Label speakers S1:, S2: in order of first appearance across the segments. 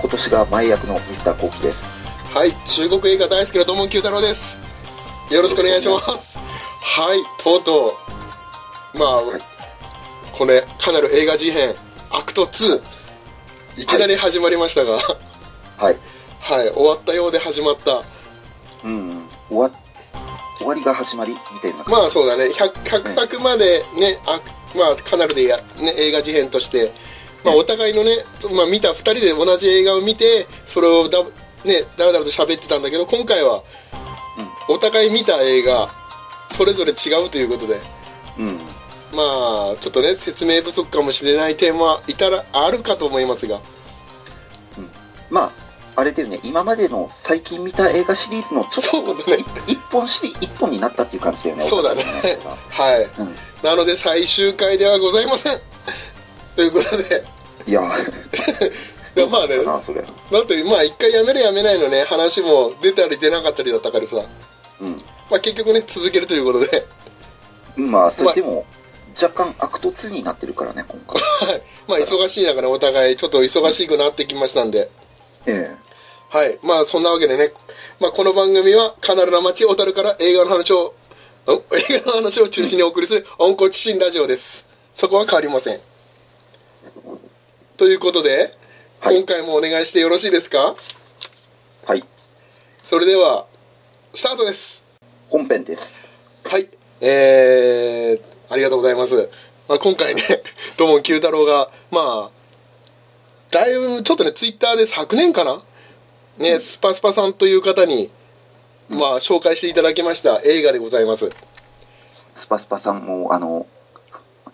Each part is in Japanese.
S1: 今年が前役の水田幸喜です
S2: はい中国映画大好きな土門九太郎ですよろしくお願いしますはいとうとうまあ、
S1: はい
S2: これかなり映画事変アクト2いきなり始まりましたが、
S1: はい
S2: はい、終わったようで始まった。
S1: うん終わ終わりが始まりみたいな
S2: まあそうだね、100, 100作までね、あまあカナルでや、ね、映画事変として、まあ
S1: うん
S2: お互いのね、まあ見た2人で同じ映画を見て、それをだ、ね、だらだらと喋ってたんだけど、今回はお互い見た映画、それぞれ違うということで、
S1: うん
S2: まあちょっとね、説明不足かもしれない点はいたらあるかと思いますが、
S1: まああれだよね今までの最近見た映画シリーズのちょっ
S2: そう
S1: と
S2: だね、
S1: 一本シリ一本になったっていう感じだよね
S2: そうだね
S1: お互いのね
S2: はい。
S1: うん
S2: なので最終回ではございません。ということで、
S1: いや
S2: いやまあね、
S1: なそれ
S2: だってまあ一回やめるやめないのね話も出たり出なかったりだったからさ、
S1: う
S2: まあ、結局ね続けるということで
S1: んまあそ
S2: まあ
S1: れでも若干アクト2になってるからね今 回
S2: まあ忙しい中ねお互いちょっと忙しくなってきましたんで
S1: え
S2: はいまあそんなわけでね、まあ、この番組はカナルな街小樽から映画の話をん映画の話を中心にお送りする温厚知心ラジオですそこは変わりませんということで、
S1: はい
S2: 今回もお願いしてよろしいですか
S1: えはい
S2: それではスタートです
S1: 本編です
S2: はい、えー、ありがとうございます。まあ、今回ね、 どうも九太郎が、まあ、だいぶ、ちょっとね、ツイッターで昨年かなね、スパスパさんという方に、まあ、紹介していただきました映画でございます。
S1: スパスパさんもあの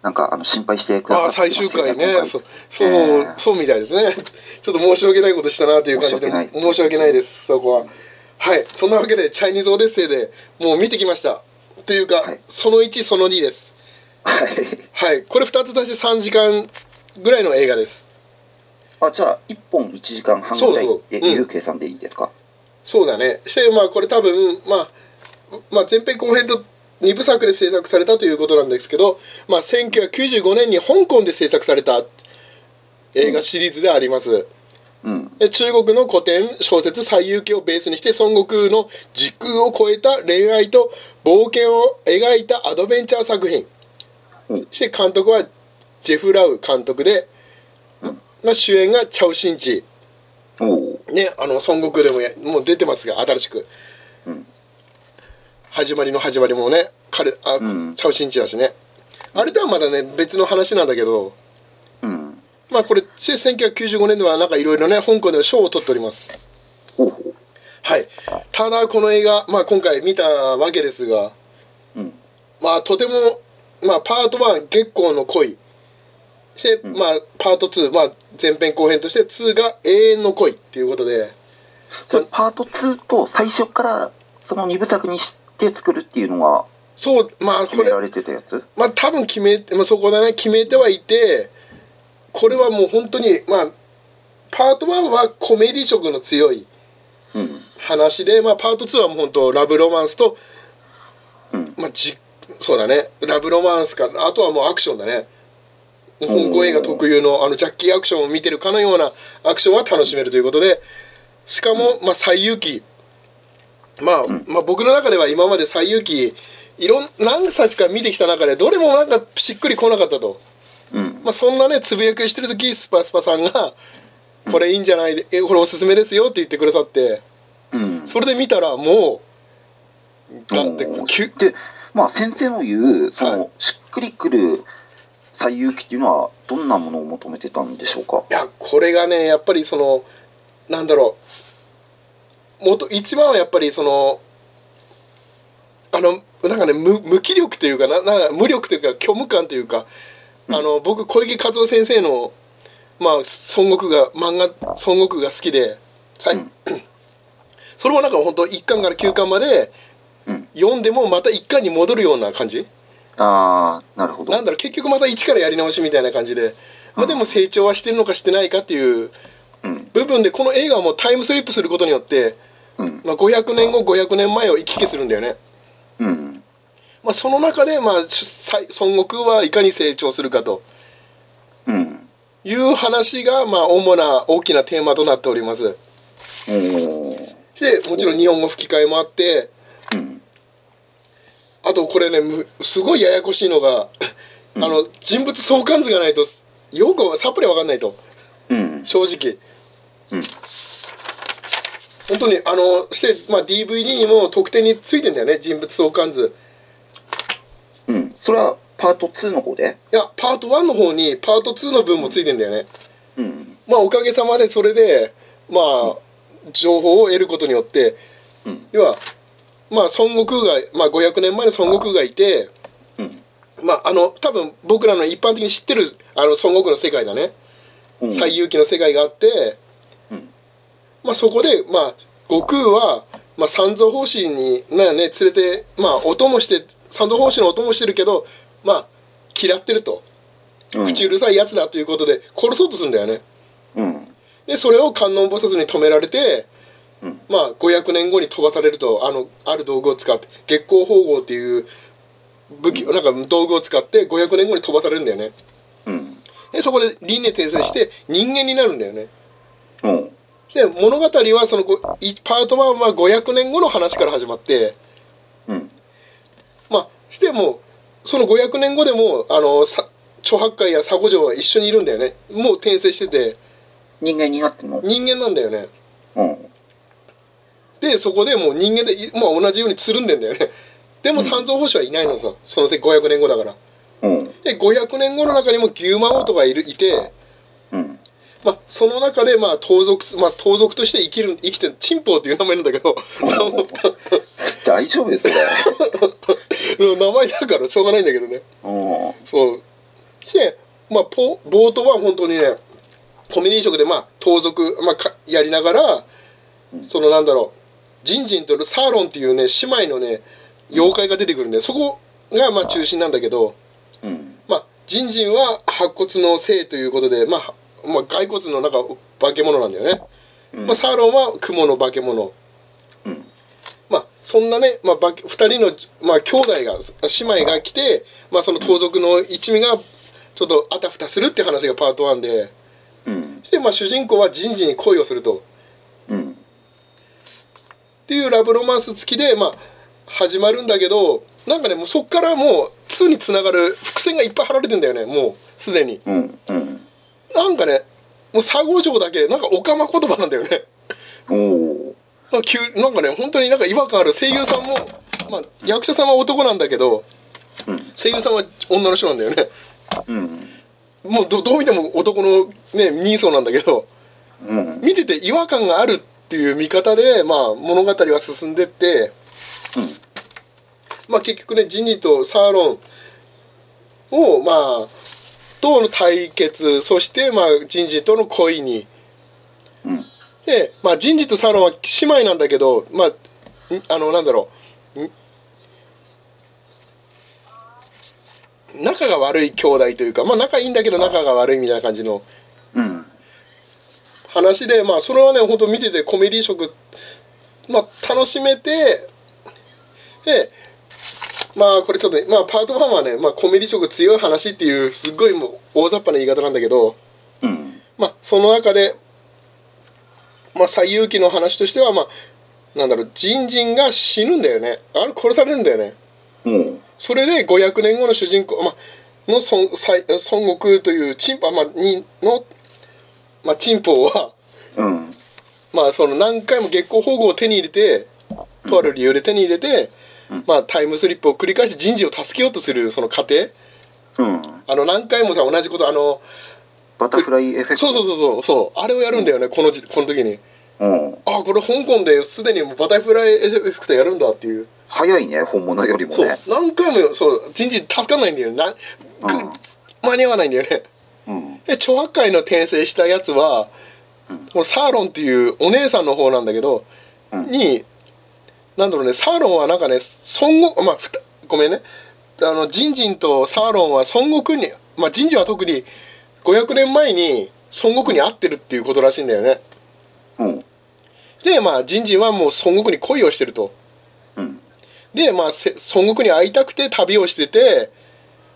S1: なんかあの心配してくだ
S2: あ
S1: さ
S2: あ、
S1: ってます
S2: 最終
S1: よ
S2: 回ね
S1: 今、回
S2: そう、そう、
S1: えー
S2: そうみたいですね。ちょっと申し訳ないことしたなという感じ
S1: 申
S2: で、
S1: し訳ない
S2: 申し訳ないです、そこは。はい、そんなわけで、チャイニーズオデッセイでもう見てきました。というか、
S1: はい
S2: その1、その2です。
S1: はい
S2: はい、これ2つ足して3時間ぐらいの映画です。
S1: あじゃあ1本1時間半ぐらい
S2: そうそう
S1: で
S2: うん
S1: いう計算でいいですか
S2: そうだね。して、まあ、これ多分、まあ、まあ、前編後編と2部作で制作されたということなんですけど、まあ、1995年に香港で制作された映画シリーズであります。
S1: うん
S2: で中国の古典、小説、最遊記をベースにして、孫悟空の時空を超えた恋愛と冒険を描いたアドベンチャー作品。
S1: うん
S2: して監督はジェフ・ラウ監督で、
S1: うん
S2: まあ、主演がチャウ・シンチ
S1: おお
S2: ねあの孫悟空でもやもう出てますが新しく
S1: うん
S2: 始まりの始まりもね彼あ、
S1: うん
S2: チャウ・シンチだしねあれとはまだね別の話なんだけど
S1: うん
S2: まあこれ1995年ではなんかいろいろね香港では賞を取っております
S1: おお
S2: はいただこの映画、まあ、今回見たわけですが
S1: うん
S2: まあとても、まあ、パート1月光の恋して、
S1: ん
S2: まあ、パート2、まあ、前編後編として2が永遠の恋っていうことで
S1: それパート2と最初からその2部作にして作るっていうのが
S2: そうまあ
S1: 決
S2: こ
S1: め
S2: れ
S1: られてたやつ
S2: まあ多分決めて、まあ、そこだね決めてはいてこれはもう本当にまあパート1はコメディ色の強い
S1: うん
S2: 話で、まあ、パート2はもう本当ラブロマンスと、
S1: うん
S2: まあ、じそうだねラブロマンスかあとはもうアクションだね香港映画特有のあのジャッキーアクションを見てるかのようなアクションは楽しめるということでしかも、まあ、最有機、まあ
S1: ん
S2: まあ僕の中では今まで最有機いろん何作か見てきた中でどれもなんかしっくりこなかったと、
S1: うん
S2: まあ、そんなねつぶやきをしてる時スパスパさんが「これいいんじゃないでえこれおすすめですよ」って言ってくださって。
S1: うん
S2: それで見たらもうだって
S1: うん
S2: きゅ
S1: でまあ先生の言うそ
S2: はい
S1: のしっくりくる最有機っていうのはどんなものを求めてたんでしょうか
S2: いやこれがねやっぱりそのなんだろう元一番はやっぱりそのあのなんかね無無気力というかななんか無力というか虚無感というか、あの僕小池和夫先生のまあ孫悟空が漫画孫悟空が好きで、はい
S1: うん
S2: それもなんか本当1巻から9巻まで
S1: うん
S2: 読んでもまた1巻に戻るような感じ
S1: ああなるほど
S2: なんだろう結局また一からやり直しみたいな感じで、まあ、でも成長はしてるのかしてないかっていう
S1: うん
S2: 部分でこの映画はもうタイムスリップすることによって、
S1: うん
S2: まあ、500年後500年前を行き来するんだよね、
S1: うん
S2: まあ、その中で、まあ、しさい孫悟空はいかに成長するかと
S1: うん
S2: いう話が、まあ、主な大きなテーマとなっております。
S1: おー
S2: で、もちろん日本語吹き替えもあって、
S1: うん。
S2: あとこれね、むすごいややこしいのが、あ
S1: うん
S2: の、人物相関図がないと、よくさっぱりわかんないと、
S1: うん。
S2: 正直。
S1: うん。
S2: 本当に、あの、して、まあ、DVD にも特典についてんだよね、人物相関図。
S1: うん。それはパート2の方で
S2: いや、パート1の方に、パート2の分もついてんだよね。
S1: うん。
S2: まあ、おかげさまでそれで、まあ、情報を得ることによって、
S1: うん。
S2: 要は、まあ、孫悟空が、まあ、500年前の孫悟空がいて、
S1: うん。
S2: まあ、あの、多分僕らの一般的に知ってる、あの、孫悟空の世界だね。
S1: うん
S2: 西遊記の世界があって、
S1: うん
S2: まあ、そこで、まあ、悟空は、まあ、三蔵法師に、なね、連れて、まあ、お供して三蔵法師のお供してるけど、まあ、嫌ってると
S1: うん
S2: 口うるさいやつだということで殺そうとするんだよね
S1: うん。
S2: でそれを観音菩薩に止められて、
S1: うん
S2: まあ、500年後に飛ばされるとあのある道具を使って月光宝合っていう武器なんか道具を使って500年後に飛ばされるんだよね
S1: うん。
S2: でそこで輪廻転生して人間になるんだよね
S1: うん。
S2: で物語はそのごいパート1は500年後の話から始まって
S1: うん。
S2: まあしてもうその500年後でもあのさ猪八戒や沙悟浄は一緒にいるんだよねもう転生してて
S1: 人間になってんの
S2: 人間なんだよね
S1: うん。
S2: でそこでもう人間で、いまあ、同じようにつるんでんだよねでも
S1: うん
S2: 三蔵法師はいないのさそのせ500年後だから
S1: うん。
S2: で500年後の中にも牛魔王とかいるいて、
S1: うん。
S2: まあ、その中でまあ盗賊、まあ、盗賊として生きる生きてるチンポウっていう名前なんだけど
S1: 大丈夫ですよ。
S2: 名前だからしょうがないんだけどね
S1: うん。
S2: そうして、まあ、ポ冒頭は本当にねコミュニティ職で、まあ、盗賊、まあ、かやりながらそのなんだろうジンジンとサーロンっていうね姉妹のね妖怪が出てくるんでそこがまあ中心なんだけど、
S1: うん。
S2: まあ、ジンジンは白骨の性ということで、まあまあ、骸骨の中化け物なんだよね、
S1: うん
S2: まあ、サーロンは雲の化け物
S1: うん。
S2: まあ、そんなね、まあ、ば2人の、まあ、兄弟が姉妹が来て、まあ、その盗賊の一味がちょっとあたふたするって話がパート1で
S1: うん。
S2: で、まあ、主人公は人事に恋をすると
S1: うん。
S2: っていうラブロマンス付きで、まあ、始まるんだけどなんかねもうそっからもう2につながる伏線がいっぱい張られてんだよねもうすでに
S1: うん。うん。
S2: なんかねもう佐合城だけなんかオカマ言葉なんだよね
S1: おお。
S2: なんか急なんかね本当になんか違和感ある声優さんも、まあ、役者さんは男なんだけど
S1: うん。
S2: 声優さんは女の人なんだよね
S1: うん。
S2: もうどどう見ても男のね人相なんだけど
S1: うん。
S2: 見てて違和感があるっていう見方で、まあ、物語は進んでって、
S1: うん。
S2: まあ、結局ねジニーとサーロンをまあとの対決そしてまあジンジとの恋に
S1: うん。
S2: で、まあ、ジンジとサーロンは姉妹なんだけどまあんあのなんだろうん仲が悪い兄弟というか、まあ、仲いいんだけど仲が悪いみたいな感じの
S1: うん。
S2: 話でまあそれはね本当見ててコメディ色まあ楽しめてでまあこれちょっとね、まあ、パート1はね、まあ、コメディ色強い話っていうすっごいもう大雑把な言い方なんだけど
S1: うん。
S2: まあその中でまあ西遊記の話としてはまあなんだろう人参が死ぬんだよねあれ殺されるんだよね
S1: おお。
S2: それで500年後の主人公、まあ、の孫最孫悟空というチンパ、まあ、にの、まあ、チンポは
S1: うん。
S2: まあその何回も月光保護を手に入れてとある理由で手に入れて、
S1: うん
S2: まあタイムスリップを繰り返して人事を助けようとするその過程
S1: うん。
S2: あの何回もさ同じことあの
S1: バタフライエフェクト。
S2: そうそうそうそうそうあれをやるんだよねこのじこの時に
S1: うん。
S2: あこれ香港ですでにもうバタフライエフェクトやるんだっていう
S1: 早いね、本物よりも
S2: そう
S1: ね。
S2: 何回もそう人事助かんないんだよねな
S1: う
S2: ん
S1: ん
S2: 間に合わないんだよね
S1: うん。
S2: で超八戒の転生したやつは、
S1: うん
S2: このサーロンっていうお姉さんの方なんだけど、
S1: うん
S2: になんだろうねサーロンはなんかね孫悟まあふたごめんねあのジンジンとサーロンは孫悟空にまあジンジンは特に500年前に孫悟空に会ってるっていうことらしいんだよね
S1: うん。
S2: でまあジンジンはもう孫悟空に恋をしてると
S1: うん。
S2: でまあせ孫悟空に会いたくて旅をしてて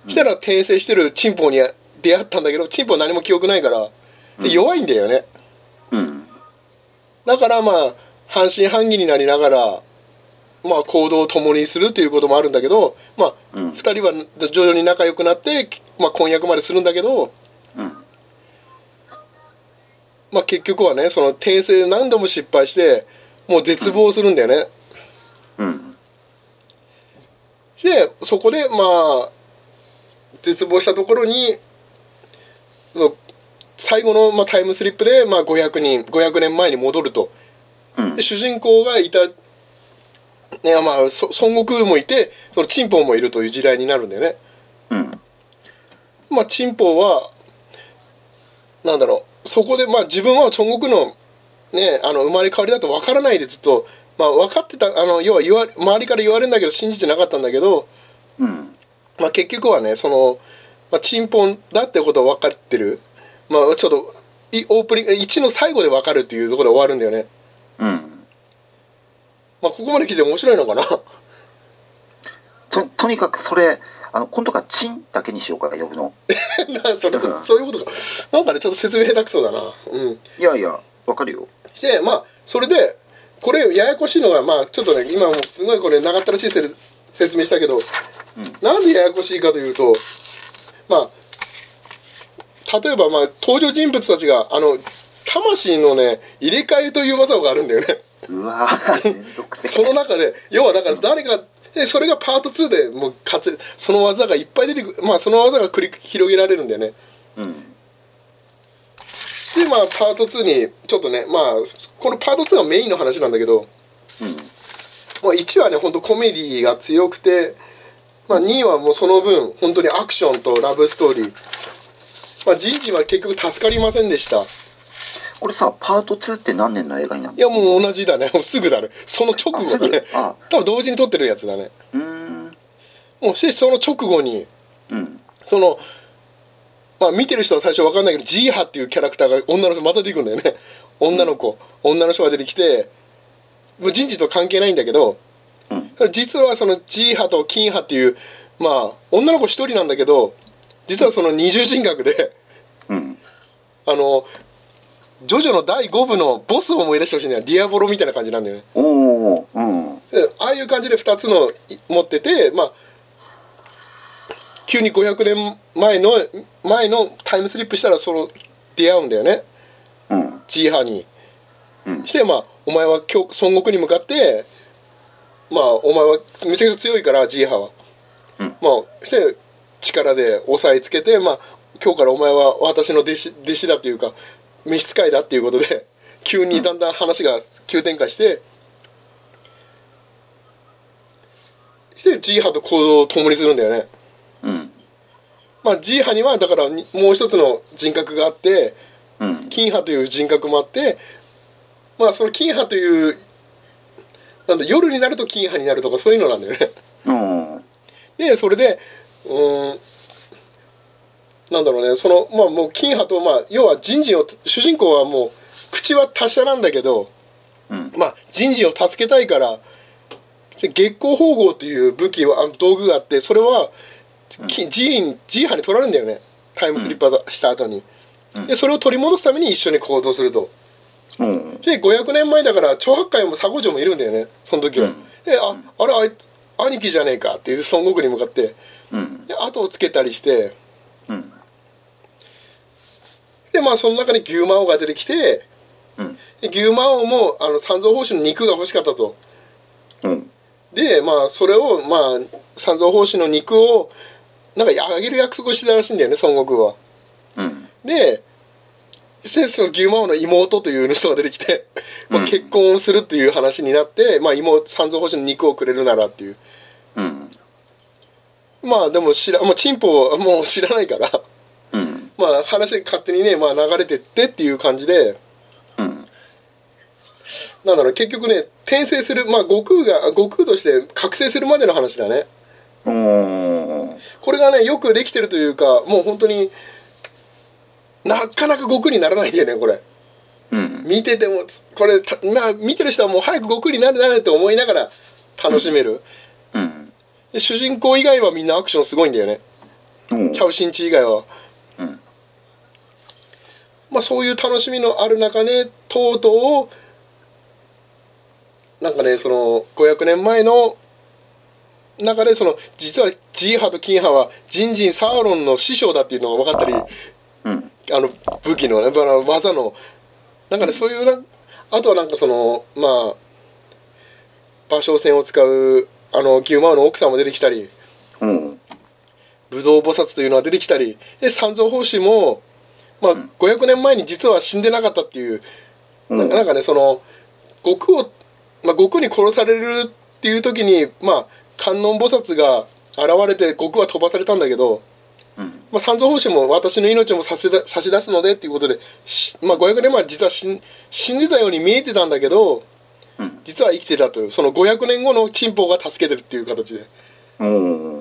S2: したら転生してるチンポに出会ったんだけどチンポは何も記憶ないから
S1: うん
S2: で弱いんだよね
S1: うん。
S2: だからまあ半信半疑になりながらまあ行動を共にするということもあるんだけどまあ
S1: うん
S2: 2。人は徐々に仲良くなって、まあ、婚約までするんだけど、
S1: うん。
S2: まあ、結局はねその訂正何度も失敗してもう絶望するんだよね、
S1: うん。
S2: でそこでまあ絶望したところにその最後の、まあ、タイムスリップで、まあ、500, 人500年前に戻ると
S1: うん
S2: で。主人公がいた、ねまあ、そ孫悟空もいてそのチンポウもいるという時代になるんだよね
S1: うん。
S2: まあ、チンポは、なんだろう、そこで、まあ、自分は孫悟空の、ね、あの、生まれ変わりだと分からないでずっと、まあ、分かってた、あの、要は言わ、周りから言われるんだけど、信じてなかったんだけど、
S1: うん。
S2: まあ、結局はね、その、まあ、チンポだってことは分かってる。まあ、ちょっと、いオープニング、1の最後で分かるっていうところで終わるんだよね。
S1: うん。
S2: まあ、ここまで聞いて面白いのかな
S1: と、とにかくそれ、あの、今度からチンだけにしようか、呼ぶの。
S2: なそれ そういうことか。なんかね、ちょっと説明下手くそだな。うん。
S1: いやいや、わかるよ。
S2: してまあそれでこれややこしいのがまあちょっとね今もうすごいこれ長ったらしいせ説明したけど、
S1: うん
S2: なんでややこしいかというとまあ例えばまあ登場人物たちがあの魂のね入れ替えという技があるんだよ ね
S1: うわぁ、めんどく
S2: そ
S1: せ
S2: の中で要はだから誰がでそれがパート2でもうかつその技がいっぱい出てくるまあその技が繰り広げられるんだよね
S1: え。うん。
S2: でまあパート2にちょっとねまあこのパート2がメインの話なんだけど、
S1: うん。
S2: もう1はね本当コメディが強くて、まあ、2はもうその分本当にアクションとラブストーリー、まあ、ジンジンは結局助かりませんでしたい
S1: これさ、パート2って何年の映画になるの
S2: やもう同じだねもうすぐだねその直後 だね
S1: あ
S2: 多分同時に撮ってるやつだね
S1: うーん。
S2: もうしその直後に
S1: うん。
S2: そのまあ見てる人は最初わかんないけどジーハっていうキャラクターが女の人また出てくるんだよね女の子、女の人が出てきてもう人事と関係ないんだけど
S1: うん。
S2: 実はその G 波と金波っていうまあ女の子一人なんだけど実はその二重人格で
S1: うん。
S2: あのジョジョの第5部のボスを思い出してほしいんだよディアボロみたいな感じなんだよね
S1: おお。うん。
S2: でああいう感じで2つのい持っててまあ急に500年前の前のタイムスリップしたらその出会うんだよね
S1: うん。
S2: G 波に
S1: うん
S2: し。てまあお前は今日孫悟空に向かってまあお前はめちゃくちゃ強いからジーハは、
S1: うん
S2: まあして力で押さえつけてまあ今日からお前は私の弟子弟子だというか召使いだっていうことで 急にだんだん話が急展開して、してジーハと行動を共にするんだよね
S1: うん。
S2: まあジーハにはだからにもう一つの人格があって
S1: うん。
S2: 金波という人格もあってまあその金波というなんだ夜になると金波になるとかそういうのなんだよね
S1: うん。
S2: でそれでうーんなんだろうねそのまあもう金波とまあ要は人事を主人公はもう口は達者なんだけど
S1: うん。
S2: まあ人事を助けたいからで月光縫合という武器はあの道具があってそれはきジーンジーハに取られるんだよねタイムスリッパーした後に
S1: うん
S2: でそれを取り戻すために一緒に行動すると。
S1: うん。
S2: で500年前だから長八海も佐護城もいるんだよねその時は、
S1: うん
S2: でああれあいつ兄貴じゃねえかっていう孫悟空に向かって
S1: うん。
S2: で後をつけたりして
S1: うん。
S2: でまあその中に牛魔王が出てきて
S1: うん。
S2: で牛魔王もあの三蔵法師の肉が欲しかったと
S1: うん。
S2: でまあそれをまあ三蔵法師の肉をなんかあげる約束をしてたらしいんだよね孫悟空は
S1: うん。
S2: でそしてその牛魔王の妹という人が出てきて、まあ、
S1: うん
S2: 結婚をするっていう話になって、まあ妹三蔵法師の肉をくれるならっていう
S1: うん。
S2: まあでも知ら、まあ、チンポはもう知らないから、
S1: うん。
S2: まあ話勝手にね、まあ流れてってっていう感じで、
S1: うん。
S2: なんだろう、結局ね、転生する、まあ悟空が、悟空として覚醒するまでの話だね。
S1: おー
S2: これがね、よくできてるというか、もう本当に、なかなか悟空にならないんだよね、これ。
S1: うん。
S2: 見てても、これ、たまあ見てる人はもう早く悟空になれなれって思いながら楽しめる。
S1: うん。
S2: で主人公以外はみんなアクションすごいんだよね。
S1: おー
S2: チャウシンチ以外は。
S1: うん。
S2: まあ、そういう楽しみのある中ねとうとうなんかねその500年前の中でその実はジーハとキンハはジンジンサーロンの師匠だっていうのが分かったり
S1: うん。
S2: あの武器のねあの技のなんかねそういうなあとはなんかそのまあ馬掌線を使うあの牛魔王の奥さんも出てきたり
S1: うん。
S2: 武道菩薩というのが出てきたりで三蔵法師も、まあ、
S1: ん
S2: 500年前に実は死んでなかったっていう、
S1: うん。う
S2: なんかなんかねその悟空を、まあ、悟空に殺されるっていう時に、まあ、観音菩薩が現れて悟空は飛ばされたんだけど、
S1: ん。
S2: まあ、三蔵法師も私の命も差し出差し出すのでっていうことで、しまあ、500年前実は死ん死んでたように見えてたんだけど
S1: うん。
S2: 実は生きてたというその500年後のチンポが助けてるっていう形で
S1: うん。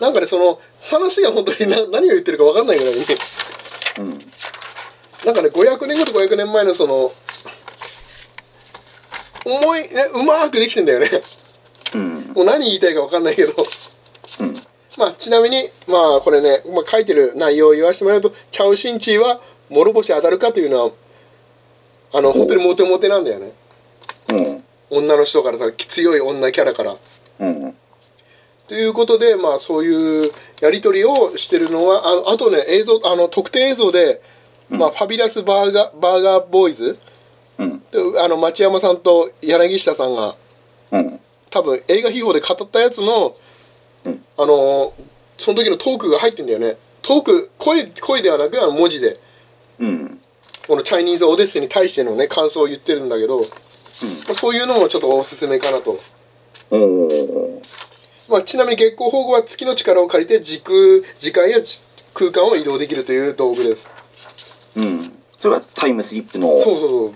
S2: なんかねその話が本当にな何を言ってるか分かんないぐらいに
S1: うん。
S2: なんかね500年後と500年前のその思いえうまくできてんだよね
S1: うん。
S2: もう何言いたいか分かんないけど
S1: うん。
S2: まあちなみにまあこれね、まあ、書いてる内容を言わせてもらうとチャウシンチーは諸星当たるかというのはあの本当にモテモテなんだよね
S1: うん。
S2: 女の人からさ強い女キャラから
S1: うん。
S2: ということで、まあ、そういうやり取りをしてるのはあのあとね映像あの特典映像で、まあ、ファビュラスバーガーバーガーボーイズ
S1: うん。
S2: であの町山さんと柳下さんが
S1: うん。
S2: 多分映画秘宝で語ったやつの、
S1: うん
S2: あのーその時のトークが入ってんだよねトーク声声ではなくあの文字で
S1: うん。
S2: このチャイニーズオデッセイに対してのね感想を言ってるんだけど、まあそういうのもちょっとおすすめかなと。
S1: おお。
S2: まあ、ちなみに月光保護は月の力を借りて時空時間やじ空間を移動できるという道具です
S1: うん。それはタイムスリップの
S2: そうそうそう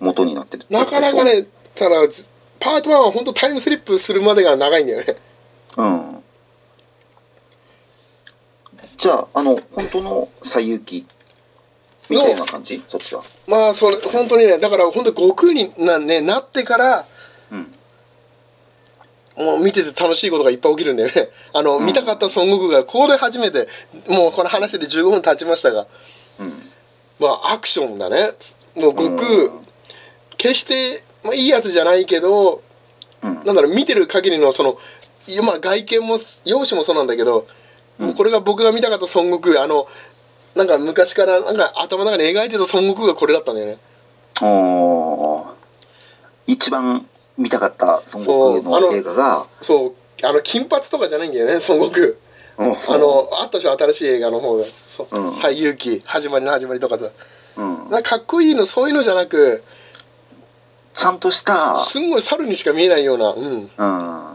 S1: 元になってるってこ
S2: な
S1: と
S2: かなか。ねただずパート1は本当タイムスリップするまでが長いんだよね
S1: うん。じゃあ、あの、本当の西遊記みたいな感じそっちは。
S2: まあそれ本当にねだから本当悟空にな,、ね、なってから
S1: うん。
S2: もう見てて楽しいことがいっぱい起きるんだよね あの、
S1: うん
S2: 見たかった孫悟空がここで初めてもうこの話で15分経ちましたが
S1: うん。
S2: まあアクションだねもう悟空、決して、まあ、いいやつじゃないけど
S1: うん。
S2: なんだろう見てる限りのその、いやまあ、外見も容姿もそうなんだけど、
S1: うん
S2: もうこれが僕が見たかった孫悟空あのなんか昔からなんか頭の中に描いてた孫悟空がこれだったんだよね
S1: おー一番見たかった孫悟空の映画が、
S2: そうあの金髪とかじゃないんだよね孫悟空
S1: うん
S2: あ、のあったでしょ新しい映画の方が「そ
S1: うん
S2: 西遊記」始まりの始まりとかさ
S1: うん
S2: なんかかっこいいのそういうのじゃなく
S1: ちゃんとした、
S2: すんごい猿にしか見えないような、うん、
S1: う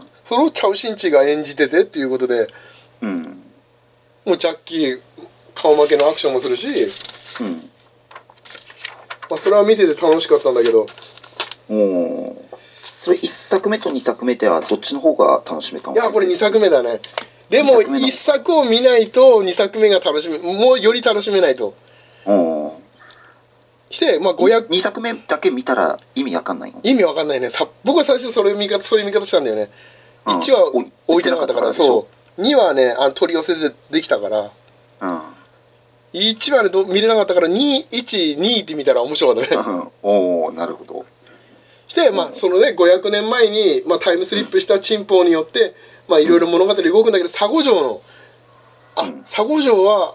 S1: ん、
S2: それをチャウシンチが演じててっていうことで
S1: うん、
S2: もうジャッキー顔負けのアクションもするし、
S1: うん、
S2: まあ、それは見てて楽しかったんだけど
S1: おーそれ一作目と二作目ではどっちの方が楽しめたの
S2: いやこれ2作目だねでも
S1: 二作目だ
S2: 1作を見ないと2作目が楽しめもうより楽しめないと
S1: おー
S2: してまあ500
S1: 二作目だけ見たら意味わかんないの
S2: 意味わかんないねさ僕は最初それ見方そういう見方したんだよね
S1: うん
S2: 1は
S1: おい
S2: 置いてなかったから
S1: 置いてなかった
S2: そう2はねあの取り寄せでできたから
S1: うん、
S2: 1はねど見れなかったから212って見たら面白かったね
S1: おおなるほど
S2: してまあそのね500年前に、まあ、タイムスリップしたチンポによってまあいろいろ物語動くんだけど佐護城のあ佐護城は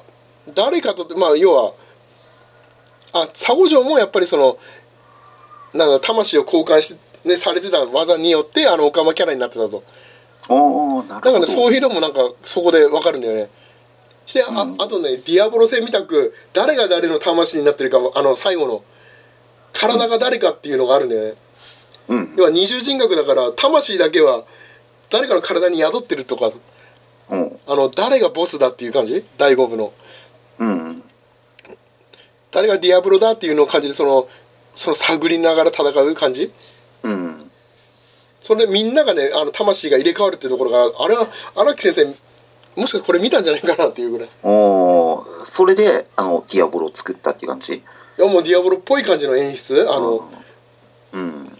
S2: 誰かとまあ要はあ佐護城もやっぱりそのなんだ魂を交換し、ね、されてた技によってあのオカマキャラになってたと
S1: おおなる
S2: だ
S1: ほど
S2: からねそう
S1: う
S2: いうのもなんかそこでわかるんだよねしてあ,、
S1: うん
S2: あとねディアボロ戦みたく誰が誰の魂になってるかもあの最後の体が誰かっていうのがあるんだよ
S1: うん
S2: ね、要は二重人格だから魂だけは誰かの体に宿ってるとか
S1: うん
S2: あの誰がボスだっていう感じ第5部の
S1: うん
S2: 誰がディアブロだっていうのを感じでそのその探りながら戦う感じ
S1: うん
S2: それでみんながねあの魂が入れ替わるってところがあれは荒木先生もしかしてこれ見たんじゃないかなっていうぐらいい
S1: おおそれであのディアボロを作ったっていう感じ
S2: やもうディアブロっぽい感じの演出あの、
S1: うん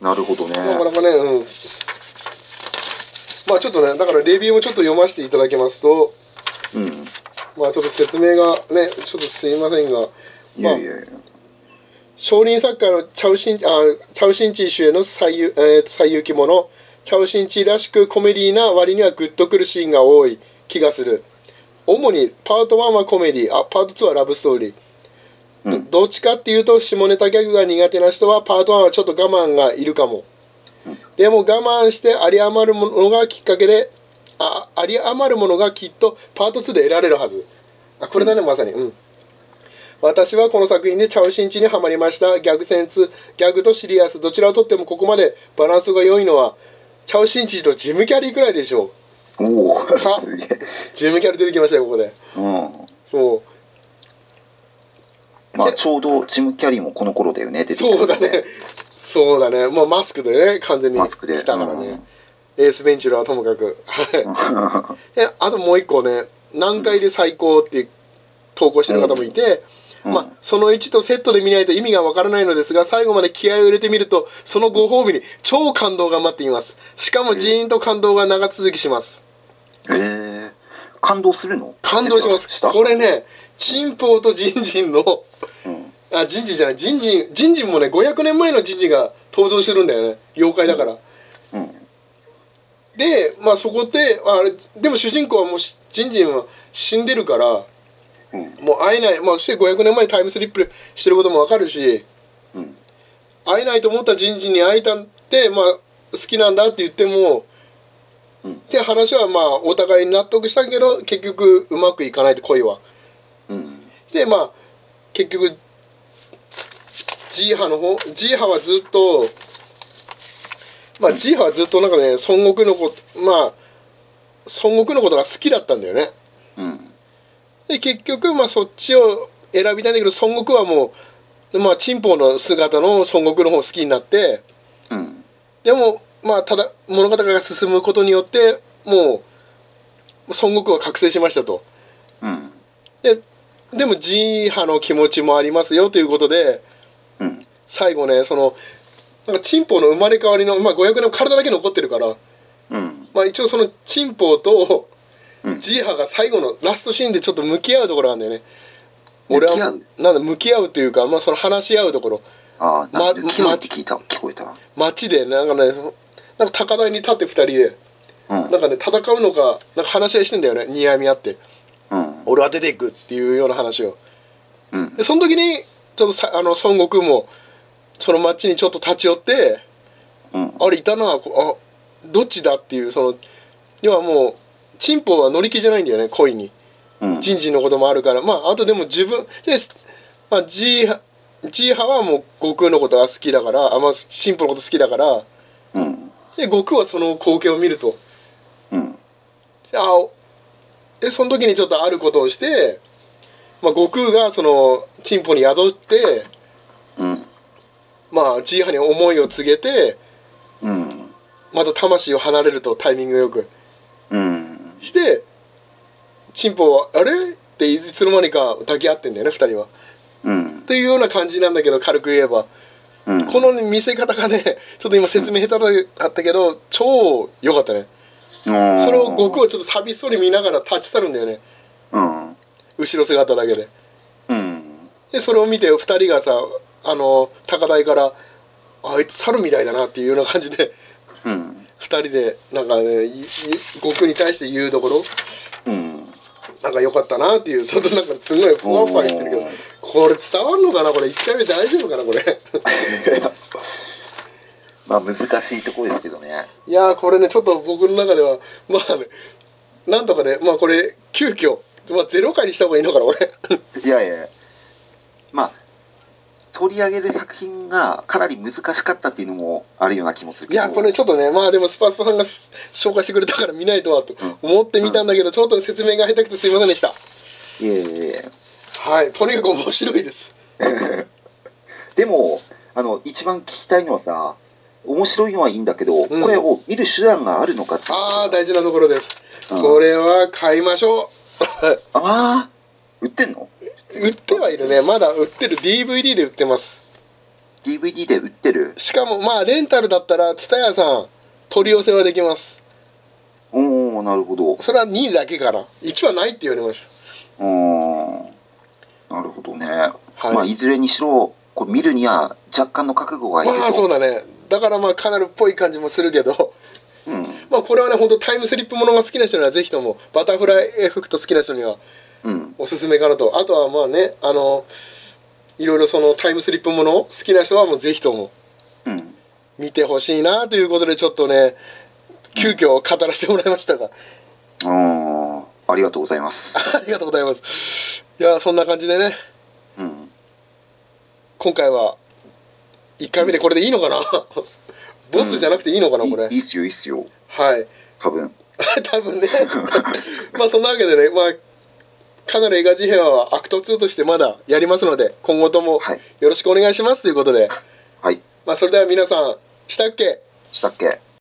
S1: なるほどね
S2: なかなかねうんまあちょっとねだからレビューもちょっと読ませていただきますと
S1: うん
S2: まあちょっと説明がねちょっとすいませんが
S1: いやいやいや。
S2: 少林作家のチャウシンあチャウシンチー主演の最優、えー、最有機ものチャウシンチーらしくコメディーな割にはグッとくるシーンが多い気がする主にパート1はコメディーあパート2はラブストーリー
S1: う
S2: ど
S1: ん。
S2: どっちかっていうと下ネタギャグが苦手な人はパート1はちょっと我慢がいるかもでも我慢して有り余るものがきっかけであ有り余るものがきっとパート2で得られるはずあこれだねまさにうん私はこの作品でチャウシンチにはまりましたギャグセンスギャグとシリアスどちらをとってもここまでバランスが良いのはチャウシンチとジムキャリーくらいでしょう
S1: おお。
S2: さ
S1: すげえ。
S2: ジムキャリー出てきましたよここで
S1: うん。
S2: そう
S1: まあ、ちょうどジム・キャリーもこの頃だよね、出てきたの
S2: そうだね。そうだね。まあマスクでね、完全に
S1: マスクで
S2: 来たからね。エースベンチュラはともかく。はい。えあともう一個ね、難解で最高って投稿してる方もいて、
S1: うん
S2: まあ、その1とセットで見ないと意味がわからないのですが最後まで気合を入れてみるとそのご褒美に超感動が待っていますしかもジーンと感動が長続きします
S1: へえ感動するの
S2: 感動します
S1: した
S2: これねチンポウとジンジンの
S1: うん。
S2: あ、ジンジンじゃない、ジンジン、ジンジンもね、500年前のジンジンが登場してるんだよね。妖怪だから。
S1: うん。
S2: で、まあそこで、ああれ、でも主人公はもうし、ジンジンは死んでるから、
S1: うん。
S2: もう会えない、まあそして500年前にタイムスリップしてることもわかるし、
S1: うん。
S2: 会えないと思ったジンジンに会えたって、まあ好きなんだって言っても、
S1: うん
S2: って話はまあお互い納得したけど、結局うまくいかないと恋は。
S1: うん。
S2: でまあ結局ジーハの方ジーハはずっとまあジーハはずっとなんかね孫悟空のことまあ孫悟空のことが好きだったんだよね
S1: うん。
S2: で結局まあそっちを選びたいんだけど孫悟空はもうまあチンポの姿の孫悟空の方を好きになって
S1: うん。
S2: でもまあただ物語が進むことによってもう孫悟空は覚醒しましたと
S1: うん。
S2: ででもジーハの気持ちもありますよということで
S1: うん。
S2: 最後ねそのなんかチンポの生まれ変わりの、まあ、500年体だけ残ってるから、
S1: うん。
S2: まあ、一応そのチンポと
S1: うん
S2: ジーハが最後のラストシーンでちょっと向き合うところなんだよね俺は
S1: 向き合う
S2: なんだ向き合うというか、まあ、その話し合うところ
S1: ああ、な
S2: ま
S1: んか、ま、って聞いた、聞こえた。
S2: 街でなんかねそのなんか高台に立って2人で
S1: うん
S2: なん。かね戦うのかなんか話し合いしてんだよねにやみ合って
S1: うん。
S2: 俺は出ていくっていうような話を
S1: うん。
S2: でその時にちょっとさあの孫悟空もその街にちょっと立ち寄って
S1: うん。
S2: あれいたなこあどっちだっていうその要はもうチンポは乗り気じゃないんだよね恋に
S1: うん。
S2: 人事のこともあるからまああとでも自分で、まあ、ジーハジー派はもう悟空のことが好きだからあまあチンポのこと好きだから
S1: うん。
S2: で悟空はその光景を見ると
S1: うん。
S2: あおでその時にちょっとあることをして、まあ、悟空がそのチンポに宿って
S1: うん。
S2: まあジーハに思いを告げて
S1: うん。
S2: また魂を離れるとタイミングよく。
S1: うん。
S2: してチンポは「あれ?」っていつの間にか抱き合ってんだよね2人は。
S1: うん。
S2: というような感じなんだけど軽く言えば
S1: うん。
S2: このね見せ方がねちょっと今説明下手だったけど超良かったね
S1: の
S2: それを悟空をちょっと寂しそうに見ながら立ち去るんだよね
S1: うん。
S2: 後ろ姿だけで
S1: うん。
S2: でそれを見て2人がさあの高台から「あいつ猿みたいだな」っていうような感じで
S1: うん。
S2: 2人でなんかねいい悟空に対して言うところ
S1: うん。
S2: なんか良かったなっていうちょっとなんかすごいふわふわ言ってるけど
S1: おー
S2: これ伝わるのかなこれ1回目大丈夫かなこれ
S1: まあ、難しいところですけどね。
S2: いやーこれねちょっと僕の中ではまあねなんとかねまあこれ急遽まあゼロ回にした方がいいのかな俺
S1: いやいやいやまあ取り上げる作品がかなり難しかったっていうのもあるような気もする
S2: い
S1: けど
S2: やこれちょっとねまあでもスパスパさんがす紹介してくれたから見ないとはと
S1: うん
S2: 思ってみたんだけどちょっと説明が下手くてすいませんでした
S1: いやいやいや
S2: はいとにかく面白いです
S1: でもあの一番聞きたいのはさ面白いのはいいんだけど、
S2: ん
S1: これを見る手段があるのかって
S2: ああ大事なところです
S1: うん
S2: これは買いましょ
S1: ああー売ってんの
S2: う売ってはいるねまだ売ってる DVD で売ってます
S1: DVD で売ってる
S2: しかもまあレンタルだったら蔦屋さん取り寄せはできます
S1: おおなるほど
S2: それは2だけかな1はないって言われまし
S1: ううーんなるほどね、
S2: はい、
S1: まあいずれにしろこう見るには若干の覚悟がいると、
S2: まあそうだねだからまあカナルっぽい感じもするけど
S1: うん
S2: まあこれはね本当タイムスリップものが好きな人にはぜひともバタフライエフェクト好きな人には
S1: うん
S2: おすすめかなとあとはまあねあのいろいろそのタイムスリップもの好きな人はもうぜひとも
S1: うん
S2: 見てほしいなということでちょっとね急遽語らせてもらいましたが
S1: うーんありがとうございます
S2: ありがとうございますいやそんな感じでね
S1: うん
S2: 今回は1回目でこれでいいのかな ボツじゃなくていいのかなこれ
S1: いいいっすよいいっすよ
S2: はい
S1: 多分
S2: 多分ねまあそんなわけでねまあかなり映画事変はアクト2としてまだやりますので今後とも
S1: はい
S2: よろしくお願いしますということで、
S1: はい
S2: まあそれでは皆さんしたっけ
S1: したっけ